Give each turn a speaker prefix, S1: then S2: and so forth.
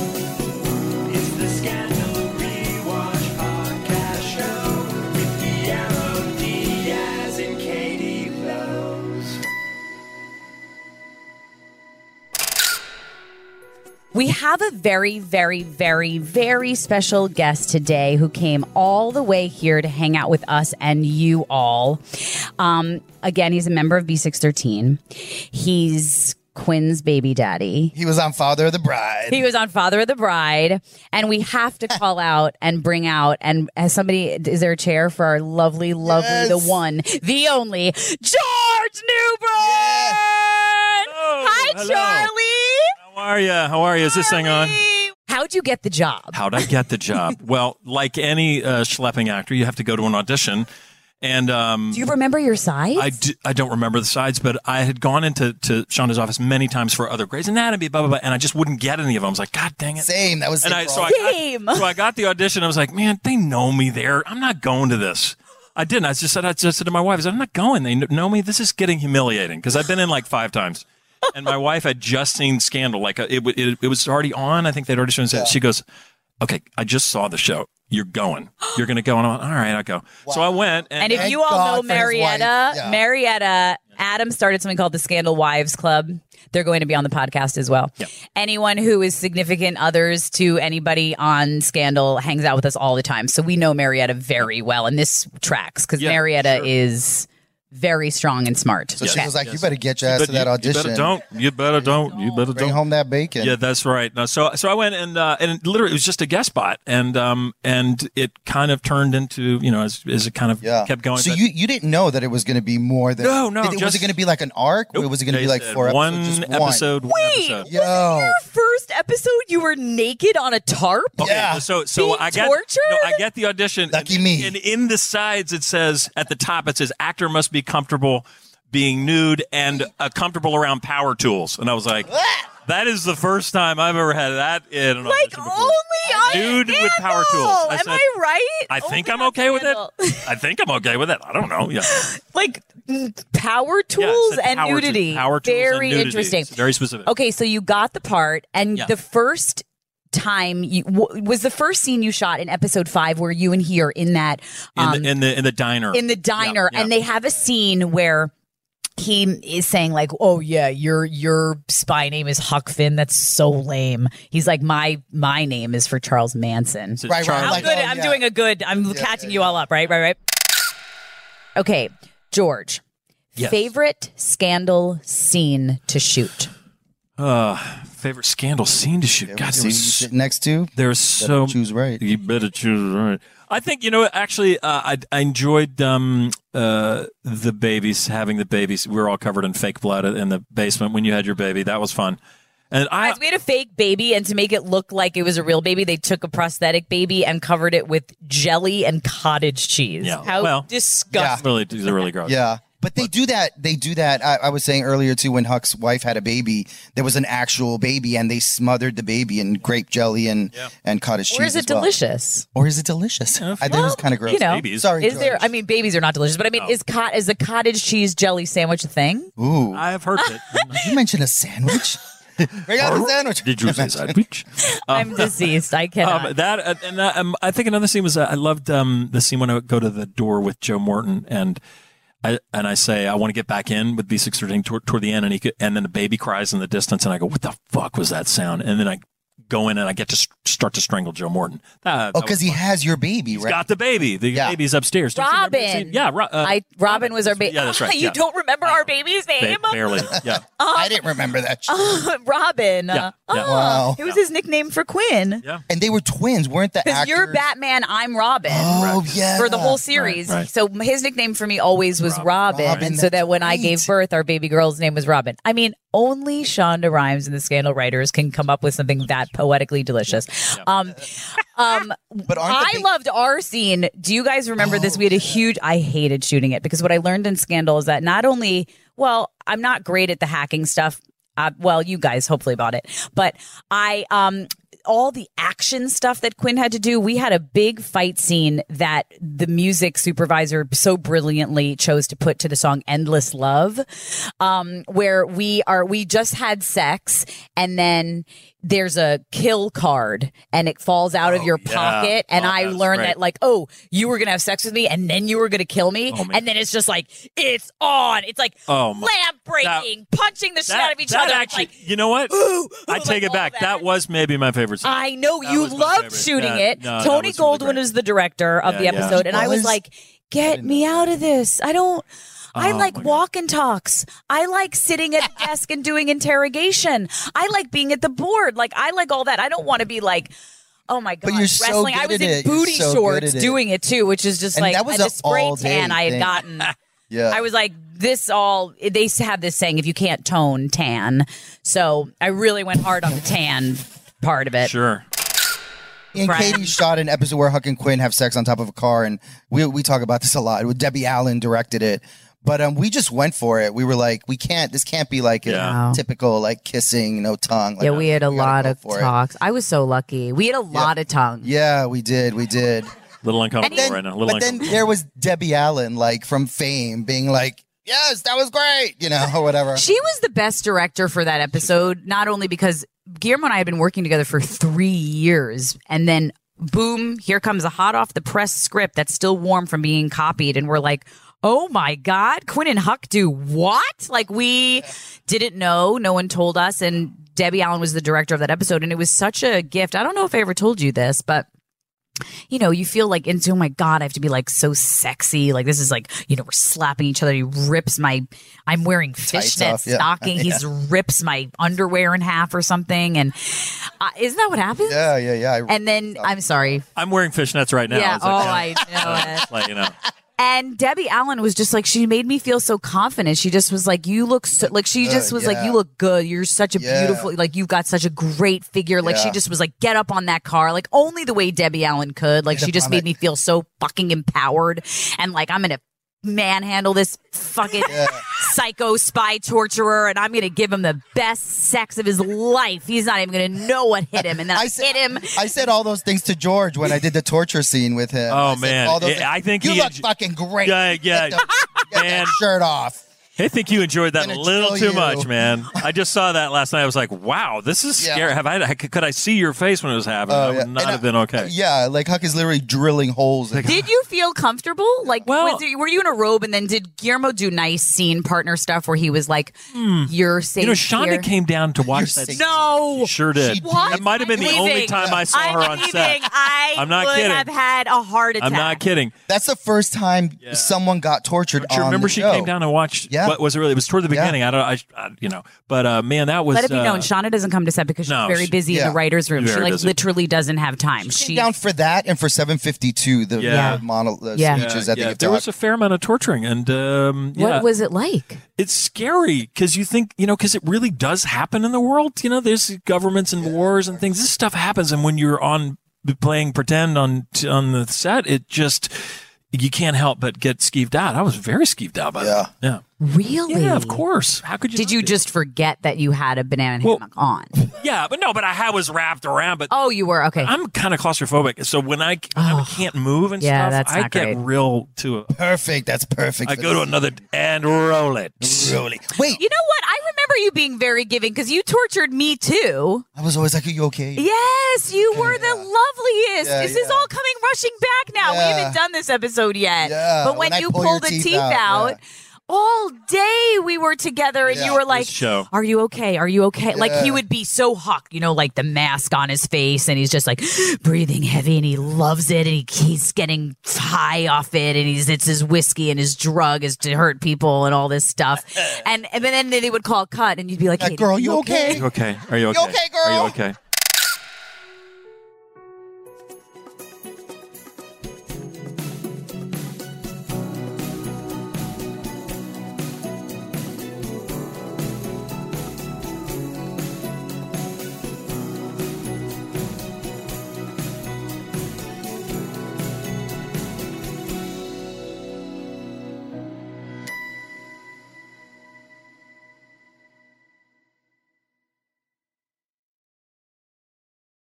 S1: It's the Scandal Rewatch Podcast Show with Guillermo Diaz and Katie Lowe's.
S2: We have a very, very, very, very special guest today who came all the way here to hang out with us and you all. Um, again, he's a member of B613. He's Quinn's baby daddy.
S3: He was on Father of the Bride.
S2: He was on Father of the Bride, and we have to call out and bring out and has somebody is there a chair for our lovely, lovely,
S3: Yes.
S2: the one, the only George Newbern. Hi,
S4: Oh, hello.
S2: Charlie.
S4: How are you? How are you? Is this thing on?
S2: How'd you get the job?
S4: How'd I get the job? well, like any uh, schlepping actor, you have to go to an audition, and um,
S2: Do you remember your size?
S4: I, do, I don't remember the sides, but I had gone into to Shonda's office many times for other Grey's Anatomy, blah blah blah, and I just wouldn't get any of them. I was like, God dang it!
S3: Same. That was
S4: And
S3: sick
S4: I
S3: for
S4: so
S3: all-
S4: I, got-
S2: Same.
S4: so I got the audition. I was like, man, they know me there. I'm not going to this. I didn't. I just said I just said to my wife, I said, I'm not going. They kn- know me. This is getting humiliating because I've been in like five times. And my wife had just seen Scandal. Like uh, it, w- it, it was already on. I think they'd already shown it. She goes, okay, I just saw the show. You're going. You're going to go. And I'm like, all right, I'll go. So I went.
S2: and
S4: And,
S2: if
S3: Thank
S2: you all
S3: God
S2: know
S3: for his wife.
S2: Marietta,
S3: Yeah.
S2: Marietta, Adam started something called the Scandal Wives Club. They're going to be on the podcast as well. Anyone who is significant others to anybody on Scandal hangs out with us all the time. So we know Marietta very well, and this tracks because
S4: Yeah,
S2: Marietta
S4: sure.
S2: is very strong and smart.
S3: so she
S2: Okay.
S3: was like, "You better get your ass
S4: but
S3: to that
S4: you, you
S3: audition.
S4: better don't. You better don't. You better
S3: Bring
S4: don't.
S3: home that bacon."
S4: Yeah, that's right. No, so so I went and uh, and literally it was just a guest spot, and um and it kind of turned into you know as, as it kind of
S3: Yeah.
S4: kept going.
S3: So
S4: but-
S3: you you didn't know that it was going to be more than
S4: No, no,
S3: Did it- was it
S4: just-
S3: going to be like an arc? Or
S4: Nope.
S3: was it going to
S4: They
S3: be like
S4: said
S3: four
S4: one
S3: episodes? Just
S4: episode, one
S2: Wait,
S4: episode.
S3: Yo.
S2: First episode, you were naked on a tarp.
S4: Okay,
S3: Yeah.
S4: So so
S2: Being
S4: I get
S2: tortured?
S4: no, I get the audition.
S3: Lucky
S4: and,
S3: me.
S4: And in the sides it says at the top it says actor must be comfortable being nude and uh, comfortable around power tools. And I was like,
S3: Ah!
S4: that is the first time I've ever had that in an
S2: Like
S4: audition before.
S2: only on
S4: Nude with power
S2: Scandal.
S4: tools. I
S2: Am
S4: said-
S2: I right?
S4: I think
S2: Only
S4: I'm
S2: on
S4: okay with it.
S2: Scandal.
S4: I think I'm okay with it. I don't know. Yeah.
S2: like mm, power
S4: Yeah, it
S2: tools
S4: said
S2: and
S4: power tools-
S2: nudity.
S4: power tools and
S2: very
S4: nudity.
S2: interesting.
S4: It's very specific.
S2: okay, so you got the part, and
S4: Yeah.
S2: the first time you w- was the first scene you shot in episode five, where you and he are in that
S4: In,
S2: um,
S4: the, in the in the diner.
S2: in the diner
S4: yeah.
S2: and they have a scene where he is saying like oh yeah your your spy name is huck finn that's so lame he's like my my name is for charles manson
S4: It's
S3: Right, right,
S4: Charlie.
S2: i'm
S3: like,
S2: good
S3: oh,
S2: i'm
S3: yeah.
S2: doing a good i'm catching you all up right right right okay george
S4: Yes.
S2: favorite scandal scene to shoot
S4: Uh, favorite scandal scene to shoot. God, there
S3: See, you
S4: was,
S3: sit next to
S4: there's so
S3: choose right.
S4: You better choose right. I think you know. Actually, uh, I I enjoyed um uh the babies having the babies. We were all covered in fake blood in the basement when you had your baby. That was fun. And I
S2: Guys, we had a fake baby, and to make it look like it was a real baby, they took a prosthetic baby and covered it with jelly and cottage cheese.
S4: Yeah.
S2: How
S4: Well,
S2: disgusting.
S4: really, these are really gross.
S3: Yeah. But they do that. They do that. I, I was saying earlier too, when Huck's wife had a baby, there was an actual baby, and they smothered the baby in grape jelly and and cottage cheese.
S2: Or is it
S3: as well.
S2: delicious?
S3: Or is it delicious? I think it was kind of gross.
S2: you know,
S4: Babies.
S3: Sorry,
S2: is there?
S3: George.
S2: I mean, babies are not delicious, but I mean, is cot is a cottage cheese jelly sandwich a thing?
S3: Ooh,
S4: I've heard it.
S3: you mentioned a sandwich. Bring out the sandwich.
S4: Did you say sandwich?
S2: I'm deceased. I cannot.
S4: Um, that uh, and that, um, I think another scene was uh, I loved um, the scene when I would go to the door with Joe Morton and I and I say I want to get back in with B six thirteen toward, toward the end and he could, and then the baby cries in the distance and I go what the fuck was that sound and then I go in and I get to st- start to strangle Joe Morton. Uh,
S3: Oh, because he has your baby, right?
S4: got the baby. The
S3: Yeah.
S4: baby's upstairs. Don't you remember that
S2: Robin.
S4: scene? Yeah, Ro- uh,
S2: I Robin was our baby.
S4: Yeah, that's right.
S2: you
S4: yeah.
S2: don't remember our baby's
S4: Ba-
S2: name,
S4: barely. Yeah.
S3: I didn't remember that. shit.
S2: Oh. Robin.
S4: Yeah,
S2: Oh,
S4: yeah.
S3: Wow.
S2: it was his nickname for Quinn.
S4: Yeah.
S3: And they were twins, weren't the
S2: Because
S3: actors?
S2: you're Batman, I'm Robin.
S3: Oh
S4: Correct.
S3: yeah.
S2: for the whole series.
S4: right.
S2: So his nickname for me always was Robin.
S3: Robin,
S2: and so
S3: that's
S2: that when I
S3: right.
S2: gave birth, our baby girl's name was Robin. I mean, only Shonda Rhimes and the Scandal Writers can come up with something that poetically delicious. Um, um,
S3: But aren't the Oh,
S2: I
S3: big-
S2: loved our scene. Do you guys remember this? We had a huge, I hated shooting it because what I learned in Scandal is that not only, well, I'm not great at the hacking stuff. Uh, well, you guys hopefully bought it, but I, um,
S5: all the action stuff that Quinn had to do. We had a big fight scene that the music supervisor so brilliantly chose to put to the song "Endless Love," um, where we are we just had sex and then there's a kill card and it falls out of your
S4: yeah.
S5: pocket and
S4: Oh,
S5: I
S4: that's
S5: learned
S4: right.
S5: that like oh you were gonna have sex with me and then you were gonna kill me
S4: Oh, man.
S5: and then it's just like it's on it's like
S4: Oh, my-
S5: lab breaking punching the shit out of each
S4: that
S5: other It's
S4: actually,
S5: like,
S4: you know what? I
S5: like
S4: take it
S5: all
S4: back.
S5: that.
S4: That. was maybe my favorite. Scene.
S5: I know
S4: That
S5: you
S4: was my
S5: loved
S4: favorite.
S5: shooting
S4: Yeah,
S5: it.
S4: no, that
S5: Tony
S4: was really
S5: Goldwyn
S4: great.
S5: is the director of
S4: Yeah,
S5: the
S4: yeah.
S5: episode, and I was
S3: Was?
S5: like, "Get me out of this! I don't. I
S4: Oh,
S5: like
S4: my God.
S5: walk and talks. I like sitting at a desk and doing interrogation. I like being at the board. Like I like all that. I don't want to be like." Oh my god!
S3: you're so
S5: wrestling. I
S3: good
S5: was
S3: at
S5: in
S3: it. You're
S5: booty
S3: so good
S5: shorts
S3: at it.
S5: doing it too, which is just
S3: And
S5: like
S3: that was
S5: the
S3: a
S5: spray
S3: all-day
S5: tan I had
S3: thing.
S5: gotten.
S3: Yeah.
S5: I was like, this all, they have this saying, if you can't tone, tan. So I really went hard on the tan part of it.
S4: Sure.
S3: and
S5: Right.
S3: Katie shot an episode where Huck and Quinn have sex on top of a car, and we we talk about this a lot. Debbie Allen directed it, but um, we just went for it. We were like, we can't. This can't be like a
S4: Yeah.
S2: Wow.
S3: typical like kissing, no tongue. Like, uh,
S2: Yeah, we had a
S3: we gotta
S2: lot
S3: go
S2: of
S3: for it.
S2: talks. I was so lucky. We had a lot of tongue.
S3: Yeah, we did. We did.
S4: Little uncomfortable
S3: Then-
S4: right now. Little
S3: but then
S4: uncomfortable.
S3: there was Debbie Allen, like from Fame, being like, "Yes, that was great," you know, or whatever.
S2: She was the best director for that episode, not only because Guillermo and I had been working together for three years, and then boom, here comes a hot off the press script that's still warm from being copied, and we're like, oh my god, Quinn and Huck do what? Like we didn't know, no one told us, and Debbie Allen was the director of that episode, and it was such a gift. I don't know if I ever told you this, but you know, you feel like, into, oh my God, I have to be like so sexy. Like, this is like, you know, we're slapping each other. He rips my, I'm wearing fishnet
S3: off, yeah.
S2: stocking. He's rips my underwear in half or something. And uh, isn't that what happens?
S3: yeah, Oh. yeah, yeah. I-
S2: And uh, then, I'm sorry.
S4: I'm wearing fishnets right now.
S2: yeah.
S4: It's
S2: oh,
S4: like,
S2: I know it.
S4: Just let you know.
S2: And Debbie Allen was just like, she made me feel so confident. She just was like, you look so, like, she just
S3: good,
S2: was like,
S3: Uh, yeah.
S2: you look good. You're such a
S3: Yeah.
S2: beautiful, like, you've got such a great figure. Like, she
S3: Yeah.
S2: just was like, get up on that car. Like, only the way Debbie Allen could. Like,
S3: Get
S2: she
S3: up
S2: just
S3: on
S2: made
S3: it.
S2: me feel so fucking empowered. And like, I'm going to manhandle this fucking psycho spy torturer and I'm going to give him the best sex of his life. He's not even going to know what hit him. And then I,
S3: said-
S2: hit him.
S3: I said all those things to George when I did the torture scene with him.
S4: Oh,
S3: I said
S4: man.
S3: all those
S4: Yeah,
S3: things.
S4: I think
S3: you
S4: he
S3: look
S4: enj-
S3: fucking great.
S4: Yeah, yeah.
S3: Get, the, get
S4: Man.
S3: that shirt off.
S4: I think you enjoyed that a
S3: Gonna
S4: little
S3: kill
S4: too
S3: you.
S4: much, man. I just saw that last night. I was like, "Wow, this is
S3: Yeah.
S4: scary." Have I? Could I see your face when it was happening? I
S3: Oh,
S4: would
S3: yeah.
S4: not
S3: And
S4: have
S3: I-
S4: been okay.
S3: Yeah, like Huck is literally drilling holes. in-
S2: Did you feel comfortable? Like,
S4: Well-
S2: was there, were you in a robe? And then did Guillermo do nice scene partner stuff where he was like, "You're safe."
S4: Hmm. You know, Shonda
S2: here.
S4: came down to watch
S3: You're
S4: that.
S3: sick.
S2: No,
S4: Sure did.
S2: What?
S4: That might have been
S2: I'm
S4: the only
S2: leaving.
S4: time I saw
S2: I'm
S4: her on
S2: leaving.
S4: set.
S2: I
S4: I'm not
S2: would
S4: kidding.
S2: have had a heart attack.
S4: I'm not kidding.
S3: That's the first time
S4: Yeah.
S3: someone got tortured.
S4: Do you
S3: on
S4: remember
S3: the
S4: she
S3: show.
S4: came down and watched?
S3: Yeah.
S4: What was it really? It was toward the
S3: Yeah.
S4: beginning. I don't. I, I. You know. But uh, man, that was.
S2: Let it be
S4: uh,
S2: known, Shauna doesn't come to set because she's
S4: No,
S2: very
S4: she-
S2: busy in
S3: yeah.
S2: the writers' room. She
S4: Very
S2: like
S4: busy.
S2: literally doesn't have time.
S3: She
S2: She,
S3: came down for that and for 752 the
S4: Yeah.
S3: yeah. mono the
S2: Yeah.
S4: yeah,
S3: speeches. I think
S4: yeah.
S3: it
S4: there
S3: took.
S4: was a fair amount of torturing, and um,
S2: what
S4: yeah,
S2: was it like?
S4: it's scary because you think you know because it really does happen in the world. You know, there's governments and wars and things. This stuff happens, and when you're on playing pretend on on the set, it just you can't help but get skeeved out. I was very skeeved out by that. Yeah,
S2: Really?
S4: yeah, of course. How could you?
S2: Did
S4: not
S2: you
S4: be?
S2: just forget that you had a banana
S4: Well-
S2: hammock on?
S4: Yeah, but no, but I had- was wrapped around, but.
S2: Oh, you were okay.
S4: I'm kind of claustrophobic, so when I, when I can't move and
S2: Yeah,
S4: stuff,
S2: that's
S4: I
S2: not
S4: get
S2: great.
S4: real to. A,
S3: perfect. That's perfect.
S4: I
S3: for
S4: go to
S3: this.
S4: another and roll it.
S3: Really? Wait,
S2: You know what? I remember you being very giving because you tortured me too.
S3: I was always like, "Are you okay?"
S2: Yes, you were the loveliest.
S3: Yeah,
S2: this is
S3: yeah.
S2: all coming rushing back now.
S3: Yeah.
S2: We haven't done this episode yet.
S3: Yeah,
S2: But when,
S3: when I
S2: you
S3: pull
S2: pulled the
S3: your
S2: teeth,
S3: teeth
S2: out,
S3: out,
S2: all day we were together and you
S3: Yeah.
S2: were like,
S4: show.
S2: Are you okay? Are you okay? Like he
S3: Yeah.
S2: would be so huck, you know, like the mask on his face and he's just like breathing heavy and he loves it and he, he's getting high off it and he's it's his whiskey and his drug is to hurt people and all this stuff. and and then they would call cut and you'd be like,
S3: Like,
S2: "Katie,
S3: girl, you okay?
S4: You okay? Are you okay?
S3: okay,
S4: Are
S3: girl?
S4: you okay?